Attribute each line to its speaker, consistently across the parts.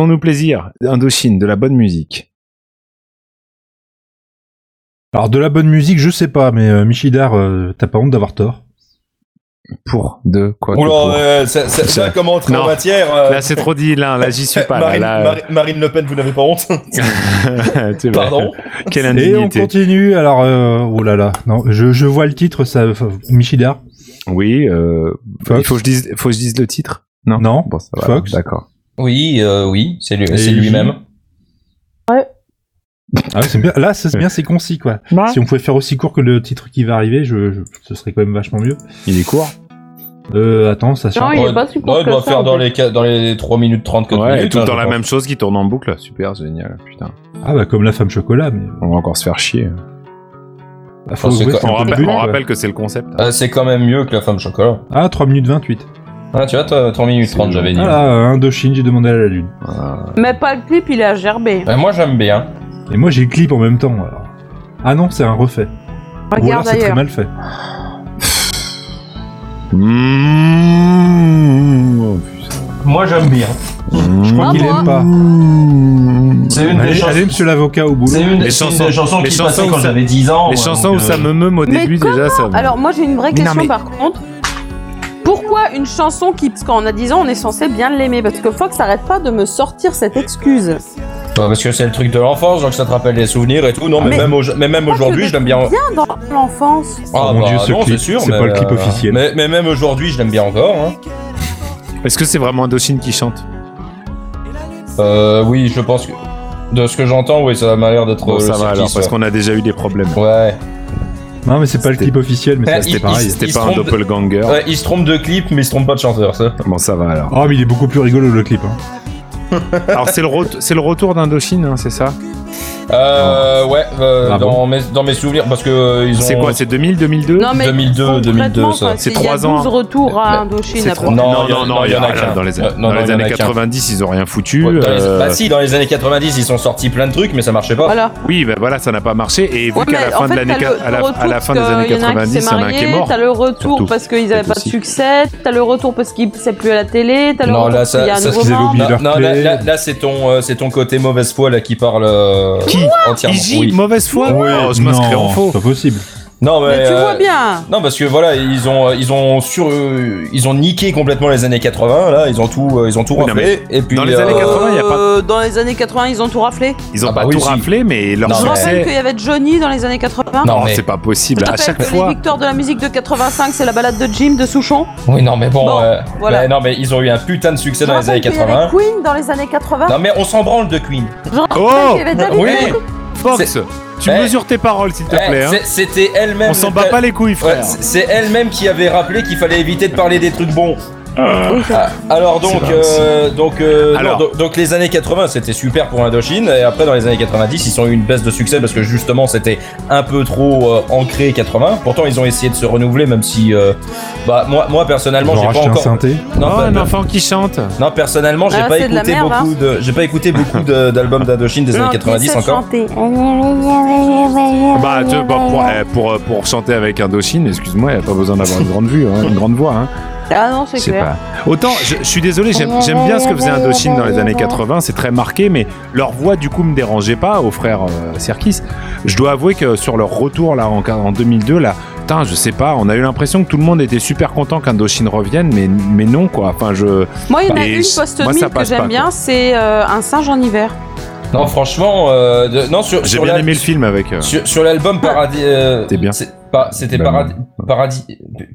Speaker 1: Faisons-nous plaisir, Indochine, de la bonne musique.
Speaker 2: Alors de la bonne musique, je sais pas, mais euh, Michidar, euh, t'as pas honte d'avoir tort.
Speaker 1: Pour, de, quoi que
Speaker 3: Oh
Speaker 1: pour.
Speaker 3: là, euh, ça, ça, ça commence
Speaker 1: Non.
Speaker 3: en matière. euh,
Speaker 1: Là, c'est trop dit, là, là, j'y suis pas. là,
Speaker 3: Marine,
Speaker 1: là,
Speaker 3: Mari- Marine Le Pen, vous n'avez pas honte
Speaker 1: C'est vrai.
Speaker 3: Pardon
Speaker 1: Quelle
Speaker 2: Et on
Speaker 1: indignité.
Speaker 2: continue. Alors, euh, oh là là, non, je, je vois le titre, ça, enfin, Michidar,
Speaker 1: Oui, euh,
Speaker 2: Fox.
Speaker 1: il faut que, je dise, faut que je dise le titre. Non.
Speaker 2: non,
Speaker 1: Bon, ça va.
Speaker 2: Fox.
Speaker 1: D'accord.
Speaker 4: Oui, euh, oui, c'est lui-
Speaker 2: Et
Speaker 4: c'est
Speaker 2: J.
Speaker 4: lui-même.
Speaker 2: Ah ouais, c'est bien. Là, c'est bien, c'est concis quoi. Si on pouvait faire aussi court que le titre qui va arriver, je, je- ce serait quand même vachement mieux.
Speaker 1: Il est court.
Speaker 2: Euh, attends, ça
Speaker 4: Non,
Speaker 2: charge.
Speaker 4: il
Speaker 5: est pas si court
Speaker 4: doit
Speaker 5: que ça,
Speaker 4: faire
Speaker 5: en
Speaker 4: dans
Speaker 5: fait.
Speaker 4: les, qua- dans les 3 minutes 30, 4
Speaker 1: Ouais, et
Speaker 4: minutes.
Speaker 1: tout
Speaker 4: hein,
Speaker 1: dans
Speaker 4: je
Speaker 1: la
Speaker 4: pense.
Speaker 1: même chose qui tourne en boucle. Super, génial. Putain.
Speaker 2: Ah bah comme la femme chocolat, mais
Speaker 1: On va encore se faire chier.
Speaker 2: bah, faut
Speaker 4: Oh, c'est
Speaker 2: avouer,
Speaker 4: quoi-
Speaker 2: c'est
Speaker 1: On
Speaker 2: un peu le
Speaker 1: rappelle,
Speaker 2: but,
Speaker 1: on
Speaker 2: quoi.
Speaker 1: rappelle que c'est le Ah. concept.
Speaker 4: Euh, c'est quand même mieux que la femme chocolat.
Speaker 2: Ah 3 minutes 28.
Speaker 4: Ah, tu vois, toi, 3 minutes
Speaker 1: C'est
Speaker 4: 30, j'avais dit.
Speaker 2: Ah là, euh, Indochine, j'ai demandé à la lune.
Speaker 5: Mais pas le clip, il est à gerber.
Speaker 4: Euh, moi, j'aime bien.
Speaker 2: Et moi j'ai le clip en même temps alors. Ah non, c'est un refait. Bah, Ou alors
Speaker 5: Regarde
Speaker 2: c'est très
Speaker 5: ailleurs.
Speaker 2: mal fait.
Speaker 1: Mmh. Oh,
Speaker 4: Moi, j'aime bien.
Speaker 1: putain.
Speaker 2: Je crois
Speaker 5: Ah,
Speaker 2: qu'il
Speaker 5: moi.
Speaker 1: hein.
Speaker 2: aime pas.
Speaker 1: Mmh.
Speaker 4: C'est une des
Speaker 2: Allez,
Speaker 4: chansons-
Speaker 2: allez, monsieur l'avocat au boulot.
Speaker 4: C'est une,
Speaker 1: Les
Speaker 4: c'est une
Speaker 1: chansons-
Speaker 4: des chansons
Speaker 1: les
Speaker 4: qui
Speaker 1: chansons
Speaker 4: passait
Speaker 1: où
Speaker 4: quand
Speaker 1: ça-
Speaker 4: j'avais 10 ans.
Speaker 1: Les
Speaker 4: moi,
Speaker 1: chansons
Speaker 4: donc,
Speaker 1: où ça
Speaker 4: euh,
Speaker 1: me meum au
Speaker 5: Mais
Speaker 1: début déjà, ça. me-
Speaker 5: Alors moi j'ai une vraie
Speaker 1: Mais non,
Speaker 5: question
Speaker 1: mais-
Speaker 5: par contre. Pourquoi une chanson qui, parce qu'on a 10 ans, on est censé bien l'aimer Parce que Fox arrête pas de me sortir cette excuse.
Speaker 4: bah, Parce que c'est le truc de l'enfance, donc ça te rappelle les souvenirs et tout. Non, mais,
Speaker 5: Ah, Mais-
Speaker 4: même, au- mais même
Speaker 5: Pas que
Speaker 4: aujourd'hui,
Speaker 5: des-
Speaker 4: je l'aime bien.
Speaker 5: Bien dans l'enfance.
Speaker 4: Ah,
Speaker 2: Oh mon
Speaker 4: bah,
Speaker 2: Dieu, ce
Speaker 4: non,
Speaker 2: clip,
Speaker 4: c'est sûr.
Speaker 2: c'est
Speaker 4: mais,
Speaker 2: pas le clip
Speaker 4: euh,
Speaker 2: officiel.
Speaker 4: Mais, mais même aujourd'hui, je l'aime bien encore. hein.
Speaker 1: Est-ce que c'est vraiment Indochine qui chante
Speaker 4: Euh, oui, je pense que. De ce que j'entends, oui, ça m'a l'air d'être.
Speaker 1: Bon,
Speaker 4: euh,
Speaker 1: ça va
Speaker 4: le
Speaker 1: alors,
Speaker 4: circus,
Speaker 1: parce qu'on a déjà eu des problèmes.
Speaker 4: ouais. Ouais.
Speaker 2: Non mais c'est pas le
Speaker 1: C'était-
Speaker 2: clip officiel, mais
Speaker 4: Ah,
Speaker 2: ça,
Speaker 4: il-
Speaker 2: c'était
Speaker 4: il-
Speaker 2: pareil.
Speaker 1: C'était
Speaker 4: Ils
Speaker 1: pas
Speaker 4: se
Speaker 1: un
Speaker 4: trompent de-
Speaker 1: doppelganger.
Speaker 4: Ouais, il se trompe de clip, mais il se trompe pas de chanteur, ça.
Speaker 1: Bon, ça va alors.
Speaker 2: Oh mais il est beaucoup plus rigolo le clip. Hein.
Speaker 1: Alors, c'est le, ret- c'est le retour d'Indochine, hein, c'est ça
Speaker 4: Euh, ouais, euh,
Speaker 2: Ah
Speaker 4: dans, mes, dans mes souvenirs, parce que euh, ils ont.
Speaker 1: C'est quoi C'est 2000, 2002
Speaker 5: Non mais
Speaker 4: 2002,
Speaker 5: concrètement,
Speaker 4: 2002, ça.
Speaker 5: enfin,
Speaker 1: C'est
Speaker 5: il y a
Speaker 1: trois ans. hein.
Speaker 5: 12 retours
Speaker 4: Mais-
Speaker 5: à Indochine
Speaker 1: C'est
Speaker 5: après.
Speaker 1: trois-
Speaker 4: Non,
Speaker 1: non,
Speaker 4: il y en-
Speaker 1: non,
Speaker 4: non,
Speaker 1: non,
Speaker 4: il y en a qu'un.
Speaker 1: Dans les,
Speaker 4: Euh, non,
Speaker 1: dans
Speaker 4: non,
Speaker 1: les
Speaker 4: il y en a
Speaker 1: années
Speaker 4: qu'un.
Speaker 1: 90, ils ont rien foutu.
Speaker 4: Ouais, dans les-
Speaker 1: euh,
Speaker 4: Bah si, dans les années 90, ils sont sortis plein de trucs, mais ça marchait pas.
Speaker 5: Voilà.
Speaker 1: Oui, ben voilà, ça n'a pas marché. Et vu
Speaker 5: Ouais,
Speaker 1: qu'à la
Speaker 5: mais en
Speaker 1: fin de
Speaker 5: fait,
Speaker 1: l'année
Speaker 5: t'as
Speaker 1: qua-
Speaker 5: le-
Speaker 1: à la-
Speaker 5: le retour
Speaker 1: à la fin des
Speaker 5: parce
Speaker 1: années
Speaker 5: que y en a un qui
Speaker 1: 90,
Speaker 5: s'est
Speaker 1: il y en a un qui est
Speaker 5: marié,
Speaker 1: mort.
Speaker 5: T'as le retour
Speaker 1: Surtout.
Speaker 5: parce qu'ils avaient
Speaker 1: Peut-être
Speaker 5: pas de
Speaker 1: aussi.
Speaker 5: succès, t'as le retour parce qu'ils savent plus à la télé, t'as le
Speaker 4: Non,
Speaker 5: retour
Speaker 4: là,
Speaker 5: parce
Speaker 4: ça-
Speaker 5: qu'il y a un
Speaker 4: ça,
Speaker 5: nouveau
Speaker 2: ils avaient
Speaker 5: membre.
Speaker 2: oublié
Speaker 4: Non,
Speaker 2: leur
Speaker 4: non, là,
Speaker 2: clé.
Speaker 4: là- là, c'est ton, euh, c'est ton côté mauvaise foi là qui parle euh,
Speaker 1: Qui
Speaker 4: entièrement.
Speaker 1: Iji,
Speaker 4: Oui.
Speaker 1: mauvaise foi Oh, je m'inscris en
Speaker 2: non,
Speaker 1: faux.
Speaker 2: c'est pas possible.
Speaker 4: Non mais,
Speaker 5: Mais tu
Speaker 4: euh,
Speaker 5: vois bien.
Speaker 4: Non parce que voilà ils ont euh, ils ont sur euh, ils ont niqué complètement les années 80 là ils ont tout euh, ils ont tout
Speaker 1: Oui, non,
Speaker 4: refait et puis
Speaker 1: dans les années
Speaker 4: euh,
Speaker 1: 80, il y a pas-
Speaker 5: Euh, Dans les années 80, ils ont tout raflé.
Speaker 1: Ils ont
Speaker 4: Ah
Speaker 1: pas
Speaker 4: bah oui,
Speaker 1: tout
Speaker 4: si.
Speaker 1: raflé, mais leur
Speaker 4: Non,
Speaker 5: Je
Speaker 4: mais-
Speaker 5: rappelle
Speaker 1: succès.
Speaker 5: qu'il y avait Johnny dans les années 80.
Speaker 4: Non,
Speaker 1: Non,
Speaker 4: mais-
Speaker 1: c'est pas
Speaker 5: Je
Speaker 1: possible.
Speaker 5: te
Speaker 1: À
Speaker 5: rappelle
Speaker 1: chaque
Speaker 5: que les
Speaker 1: fois.
Speaker 5: victoires de la musique de 85, c'est la balade de Jim de Souchon.
Speaker 4: oui non mais bon,
Speaker 5: Bon,
Speaker 4: euh,
Speaker 5: voilà.
Speaker 4: mais non mais ils ont eu un putain de succès
Speaker 5: Je
Speaker 4: dans les années
Speaker 5: rappelle qu'il y avait hein.
Speaker 4: 80
Speaker 5: Queen dans les années 80.
Speaker 4: non mais on s'en branle de Queen
Speaker 5: Je rappelle
Speaker 1: Oh
Speaker 5: qu'il y avait David
Speaker 4: Oui.
Speaker 5: Bowie.
Speaker 1: Fox, tu
Speaker 4: Eh.
Speaker 1: mesures tes paroles, s'il te
Speaker 4: Eh,
Speaker 1: plaît. hein.
Speaker 4: c'est- c'était elle-même
Speaker 1: On s'en bat pas les couilles, frère.
Speaker 4: Ouais, c'est- c'est elle-même qui avait rappelé qu'il fallait éviter de parler des trucs bons. Ah, alors donc,
Speaker 1: C'est vrai
Speaker 4: euh, donc, euh, non,
Speaker 1: Alors.
Speaker 4: donc, donc les années 80 c'était super pour Indochine et après dans les années 90 ils ont eu une baisse de succès parce que justement c'était un peu trop euh, ancré 80. Pourtant ils ont essayé de se renouveler même si euh, bah moi moi personnellement
Speaker 2: Ils ont
Speaker 4: j'ai pas
Speaker 2: racheté un
Speaker 4: encore
Speaker 2: synthé.
Speaker 4: non,
Speaker 1: oh,
Speaker 4: bah,
Speaker 1: un
Speaker 4: bah,
Speaker 1: enfant qui chante.
Speaker 4: non, personnellement j'ai
Speaker 5: Ah,
Speaker 4: pas
Speaker 5: c'est de la
Speaker 4: écouté
Speaker 5: merde,
Speaker 4: beaucoup de j'ai pas écouté beaucoup de- d'albums d'Indochine des années
Speaker 5: Non, qui
Speaker 4: 90
Speaker 5: sait
Speaker 4: encore.
Speaker 5: chanter.
Speaker 1: Bah, tu- bah, pour, euh, pour, euh, pour chanter avec Indochine, excuse-moi, il a pas besoin d'avoir une grande vue, hein, une grande voix. hein.
Speaker 5: Ah non, c'est
Speaker 1: Je sais
Speaker 5: clair.
Speaker 1: pas. Autant, je, je suis désolé, j'aime j'aime bien ce que faisait Indochine dans les années 80, c'est très marqué, mais leur voix, du coup, me dérangeait pas, aux frères euh, Sirkis. Je dois avouer que sur leur retour, là, en, en 2002, là, putain, je sais pas, on a eu l'impression que tout le monde était super content qu'Indochine revienne, mais, mais non, quoi. Enfin, je.
Speaker 5: Moi, il y en a
Speaker 1: Et
Speaker 5: une
Speaker 1: je-
Speaker 5: post
Speaker 1: moi, ça
Speaker 5: mille que
Speaker 1: passe pas,
Speaker 5: j'aime bien, c'est euh, un singe en hiver.
Speaker 4: Non franchement euh, de- non sur
Speaker 1: J'ai
Speaker 4: sur
Speaker 1: bien
Speaker 4: la-
Speaker 1: aimé le film avec. euh,
Speaker 4: Sur, sur l'album Paradis. euh,
Speaker 1: T'es bien.
Speaker 4: c'est pas- C'était
Speaker 1: Ben
Speaker 4: Paradis. Paradis.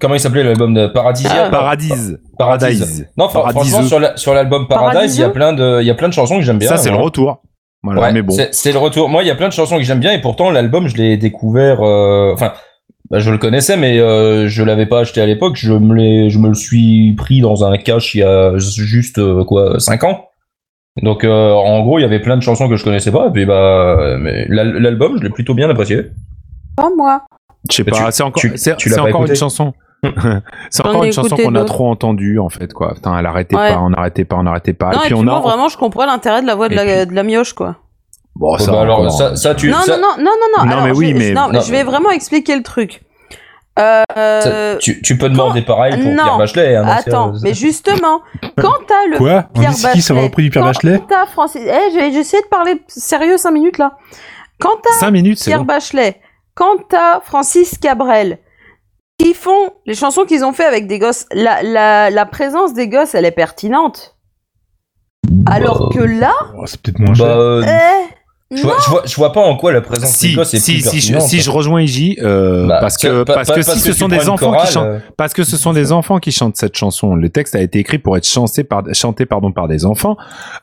Speaker 4: Comment il s'appelait l'album de Paradisia
Speaker 5: Ah.
Speaker 1: Paradise.
Speaker 4: Paradise.
Speaker 1: Paradise.
Speaker 4: Non, fran-
Speaker 1: Paradiseux.
Speaker 4: franchement, sur la- sur l'album Paradise, il y, a
Speaker 5: Paradiseux
Speaker 4: plein de, il y a plein de chansons que j'aime bien.
Speaker 1: Ça, c'est le
Speaker 4: moi.
Speaker 1: retour. Voilà,
Speaker 4: Ouais,
Speaker 1: mais bon.
Speaker 4: c'est- C'est le retour. Moi, il y a plein de chansons que j'aime bien et pourtant, l'album, je l'ai découvert. euh, Enfin. bah, je le connaissais, mais euh, je l'avais pas acheté à l'époque. Je me l'ai- je me le suis pris dans un cash il y a juste euh, quoi, 5 ans. Donc, euh, en gros, il y avait plein de chansons que je connaissais pas. Et puis, bah, euh, mais l'al- l'album, je l'ai plutôt bien apprécié.
Speaker 5: Pas moi.
Speaker 1: Je sais
Speaker 4: Mais
Speaker 1: pas,
Speaker 4: tu-
Speaker 1: c'est encore,
Speaker 4: tu-
Speaker 1: c'est,
Speaker 4: tu l'as
Speaker 1: c'est
Speaker 4: pas
Speaker 1: encore
Speaker 4: écouté Hmm.
Speaker 1: une chanson. c'est
Speaker 5: J'en
Speaker 1: encore
Speaker 5: ai
Speaker 1: une chanson
Speaker 5: écouté
Speaker 1: qu'on a
Speaker 5: d'autres.
Speaker 1: trop entendue en fait quoi. Putain, elle arrêtait
Speaker 5: Ouais.
Speaker 1: pas, on arrêtait pas, on arrêtait pas.
Speaker 5: non,
Speaker 1: Ah, et puis on
Speaker 5: moi,
Speaker 1: a.
Speaker 5: vraiment, je comprends l'intérêt de la voix de
Speaker 1: Et
Speaker 5: la, de la mioche, quoi.
Speaker 1: Bon,
Speaker 4: Oh,
Speaker 1: Ah, ça,
Speaker 4: bah, alors,
Speaker 1: encore. hein.
Speaker 4: ça, ça, tu,
Speaker 5: non,
Speaker 4: ça-
Speaker 5: non, non, non, non, non.
Speaker 1: Non,
Speaker 5: Alors,
Speaker 1: mais oui,
Speaker 5: je,
Speaker 1: mais-
Speaker 5: non,
Speaker 4: non.
Speaker 5: je vais vraiment expliquer le truc. Euh,
Speaker 4: tu, tu peux demander pareil pour
Speaker 5: Non.
Speaker 4: Pierre Bachelet. hein, donc,
Speaker 5: Attends,
Speaker 4: euh,
Speaker 5: mais justement, quand t'as le
Speaker 2: Quoi On
Speaker 5: Pierre
Speaker 2: dit c'est qui ça va
Speaker 5: Bachelet.
Speaker 2: repris du Pierre
Speaker 5: quand
Speaker 2: Bachelet
Speaker 5: t'as Francis, eh, j'ai j'ai essayé de parler sérieux 5 minutes là. Quand t'as
Speaker 1: 5 minutes, c'est
Speaker 5: Pierre
Speaker 1: bon.
Speaker 5: Bachelet, quand t'as Francis Cabrel, qui font les chansons qu'ils ont fait avec des gosses, la, la, la présence des gosses, elle est pertinente. Alors que là,
Speaker 2: Oh, C'est peut-être moins
Speaker 4: bah,
Speaker 2: cher.
Speaker 4: euh,
Speaker 5: eh,
Speaker 4: je, vois, je, vois, je vois pas en quoi la présence
Speaker 1: Si,
Speaker 4: des gosses est
Speaker 1: si,
Speaker 4: plus
Speaker 1: si, je,
Speaker 4: pertinente.
Speaker 1: si je rejoins IJ, euh,
Speaker 4: Bah,
Speaker 1: parce que,
Speaker 4: pa-
Speaker 1: parce
Speaker 4: pa-
Speaker 1: que si ce
Speaker 4: tu
Speaker 1: sont
Speaker 4: prends
Speaker 1: des
Speaker 4: une
Speaker 1: enfants
Speaker 4: chorale,
Speaker 1: qui chantent,
Speaker 4: euh,
Speaker 1: parce que ce sont des enfants qui chantent cette chanson. Le texte a été écrit pour être chanté par, chanté pardon, par des enfants.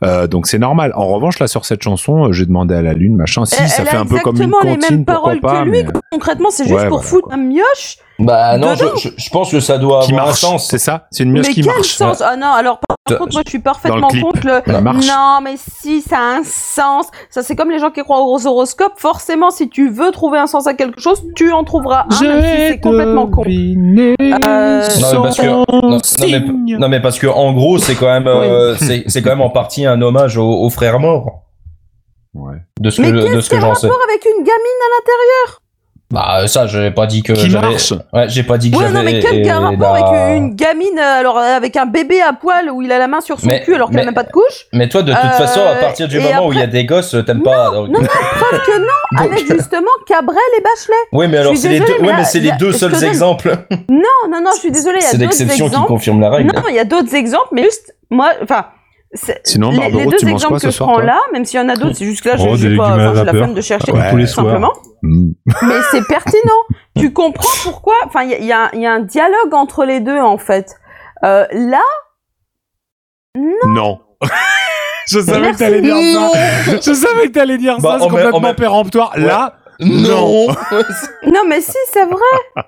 Speaker 1: Euh, donc c'est normal. En revanche, là, sur cette chanson, euh, j'ai demandé à la lune, machin. Si,
Speaker 5: Elle-
Speaker 1: ça
Speaker 5: elle
Speaker 1: fait
Speaker 5: a
Speaker 1: un peu comme une
Speaker 5: exactement les mêmes
Speaker 1: comptine, pourquoi
Speaker 5: paroles que
Speaker 1: pas,
Speaker 5: lui,
Speaker 1: mais-
Speaker 5: concrètement, c'est juste
Speaker 1: Ouais,
Speaker 5: pour
Speaker 1: voilà,
Speaker 5: foutre
Speaker 1: quoi.
Speaker 5: un mioche
Speaker 4: Bah non, je,
Speaker 5: Dedans.
Speaker 4: je, je pense que ça doit
Speaker 1: qui
Speaker 4: avoir un
Speaker 1: marche.
Speaker 4: sens.
Speaker 1: C'est ça? C'est une
Speaker 5: Mais
Speaker 1: mioche qui
Speaker 5: quel
Speaker 1: marche.
Speaker 5: sens Ah non, alors par
Speaker 4: Dans-
Speaker 5: contre, moi je suis parfaitement
Speaker 1: clip.
Speaker 5: contre le.
Speaker 1: Elle marche.
Speaker 5: Non, mais si, ça a un sens. Ça, c'est comme les gens qui croient aux horoscopes. Forcément, si tu veux trouver un sens à quelque chose, tu en trouveras un, Ah, même si c'est complètement con.
Speaker 1: deviné
Speaker 5: Euh,
Speaker 4: Non mais, parce que, non, non, mais,
Speaker 1: signe.
Speaker 4: non, mais parce que en gros c'est quand même euh, c'est c'est quand même en partie un hommage aux, aux frères morts
Speaker 1: Ouais.
Speaker 4: de ce
Speaker 5: Mais
Speaker 4: que de
Speaker 5: qu'est-ce
Speaker 4: ce que
Speaker 5: qu'il y a
Speaker 4: j'en sais.
Speaker 5: rapport avec une gamine
Speaker 4: Bah ça j'ai pas dit que
Speaker 1: Qui
Speaker 4: j'avais
Speaker 1: marche.
Speaker 4: ouais, j'ai pas dit que
Speaker 5: Ouais,
Speaker 4: j'avais
Speaker 5: non, mais quel
Speaker 4: et-
Speaker 5: rapport
Speaker 4: bah,
Speaker 5: avec une gamine, euh, alors euh, avec un bébé à poil où il a la main sur son
Speaker 4: Mais-
Speaker 5: cul alors qu'il
Speaker 4: mais-
Speaker 5: a même pas de couche
Speaker 4: Mais toi de toute
Speaker 5: Euh,
Speaker 4: façon à partir du
Speaker 5: et
Speaker 4: moment où il y a des gosses euh, t'aimes pas. donc-
Speaker 5: Non, non, preuve que non,
Speaker 4: donc-
Speaker 5: avec justement Cabrel et Bachelet.
Speaker 4: Oui mais alors
Speaker 5: suis
Speaker 4: c'est les
Speaker 5: désolée,
Speaker 4: deux
Speaker 5: mais
Speaker 4: ouais,
Speaker 5: là,
Speaker 4: mais c'est les
Speaker 5: là,
Speaker 4: deux
Speaker 5: je te
Speaker 4: seuls
Speaker 5: donne-
Speaker 4: exemples.
Speaker 5: Non, non, non, je suis désolée, il y a
Speaker 4: C'est
Speaker 5: d'autres
Speaker 4: l'exception qui
Speaker 5: exemples.
Speaker 4: confirme la règle.
Speaker 5: Non, il y a d'autres exemples, mais juste, moi, enfin. c'est-
Speaker 1: Sinon,
Speaker 5: les- les,
Speaker 1: Barbaro,
Speaker 5: deux
Speaker 1: tu manges
Speaker 5: exemples
Speaker 1: quoi ce
Speaker 5: que je
Speaker 1: soir,
Speaker 5: prends
Speaker 1: toi
Speaker 5: là, même s'il y en a d'autres, c'est juste que là, je
Speaker 2: Oh,
Speaker 5: je
Speaker 2: des
Speaker 5: sais
Speaker 2: légumes
Speaker 5: pas,
Speaker 2: à
Speaker 5: enfin, j'ai la
Speaker 2: vapeur.
Speaker 5: flemme de chercher.
Speaker 2: Comme tous les soirs.
Speaker 5: Simplement,
Speaker 1: Mm.
Speaker 5: mais c'est pertinent. tu comprends pourquoi Enfin, il y, a- il y a un- il y a un dialogue entre les deux en fait. Euh, là,
Speaker 1: Non. Je savais que
Speaker 5: Merci.
Speaker 1: t'allais dire ça. Je savais que t'allais dire ça,
Speaker 4: Bah,
Speaker 1: c'est
Speaker 4: en même- en
Speaker 1: complètement
Speaker 4: même-
Speaker 1: péremptoire.
Speaker 4: Ouais.
Speaker 1: Là,
Speaker 4: Non.
Speaker 5: non, mais si, c'est vrai.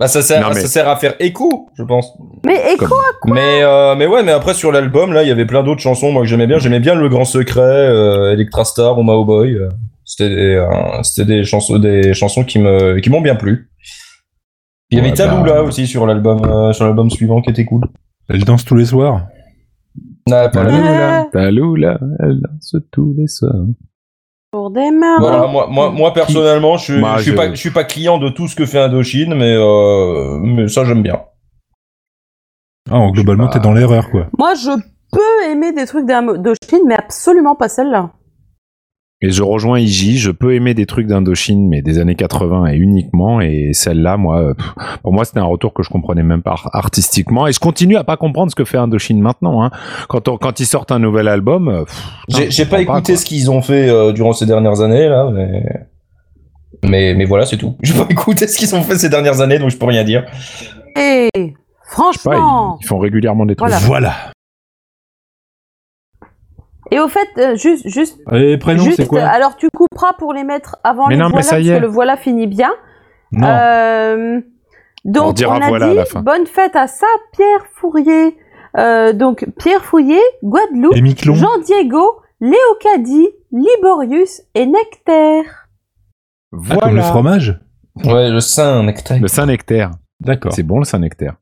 Speaker 4: Bah, ça sert
Speaker 1: Non, mais-
Speaker 4: ça sert à faire écho je pense.
Speaker 5: Mais écoute,
Speaker 4: mais euh, mais ouais mais après sur l'album là il y avait plein d'autres chansons moi que j'aimais bien j'aimais bien le grand secret euh, Electra Star ou Mao Boy euh, c'était des, euh, c'était des chansons des chansons qui me qui m'ont bien plu il y avait
Speaker 1: Ouais,
Speaker 4: Tabou
Speaker 1: bah.
Speaker 4: là aussi sur l'album euh, sur l'album suivant qui était cool
Speaker 2: Elle danse tous les soirs.
Speaker 4: Ah, pas
Speaker 5: euh,
Speaker 4: là.
Speaker 1: Talou là, elle danse tous les soirs.
Speaker 5: pour des marrons.
Speaker 4: voilà moi moi moi personnellement je suis
Speaker 1: Bah,
Speaker 4: je suis
Speaker 1: je-
Speaker 4: pas je suis pas client de tout ce que fait Indochine mais euh, mais ça j'aime bien
Speaker 2: Ah, bon, globalement,
Speaker 1: Je sais
Speaker 2: t'es
Speaker 1: pas.
Speaker 2: dans l'erreur, quoi.
Speaker 5: Moi, je peux aimer des trucs d'Am- de Chine, mais absolument pas celle-là.
Speaker 1: Et je rejoins IJ, je peux aimer des trucs d'Indochine, mais des années 80 et uniquement, et celle-là, moi, euh, pff, pour moi, c'était un retour que je comprenais même pas ar- artistiquement, et je continue à pas comprendre ce que fait Indochine maintenant, hein. Quand, on- quand ils sortent un nouvel album, euh, pff,
Speaker 4: J'ai
Speaker 1: je
Speaker 4: j'ai pas
Speaker 1: comprends pas,
Speaker 4: écouté
Speaker 1: quoi.
Speaker 4: ce qu'ils ont fait euh, durant ces dernières années là, mais mais, mais voilà c'est tout. J'ai pas écouté ce qu'ils ont fait ces dernières années donc je peux rien dire.
Speaker 5: Et
Speaker 1: je sais pas, ils,
Speaker 5: Eh, franchement.
Speaker 1: ils font régulièrement des trucs.
Speaker 5: Voilà.
Speaker 2: Voilà.
Speaker 5: Et au fait, euh, juste, juste
Speaker 2: Et
Speaker 1: Ah
Speaker 2: prénom,
Speaker 5: Juste, euh,
Speaker 2: c'est quoi
Speaker 5: alors tu couperas pour les mettre avant
Speaker 1: Mais
Speaker 5: les
Speaker 1: non, mais
Speaker 5: voilà,
Speaker 1: ça y est.
Speaker 5: parce que le voilà finit bien.
Speaker 2: Non.
Speaker 5: Euh, donc
Speaker 1: On
Speaker 5: on,
Speaker 1: dira
Speaker 5: a
Speaker 1: voilà à
Speaker 5: dit
Speaker 1: la fin.
Speaker 5: bonne fête à ça, Pierre Fourier. Euh, donc Pierre Fourier, Guadeloupe,
Speaker 2: Et Miquelon
Speaker 5: Jean Diego, Léocadie, Liborius et Nectaire.
Speaker 2: Ah, Comme le
Speaker 1: Voilà.
Speaker 2: fromage
Speaker 4: Ouais le sein nectar.
Speaker 1: le Saint-Nectaire.
Speaker 2: D'accord.
Speaker 1: C'est bon, le Saint-Nectaire.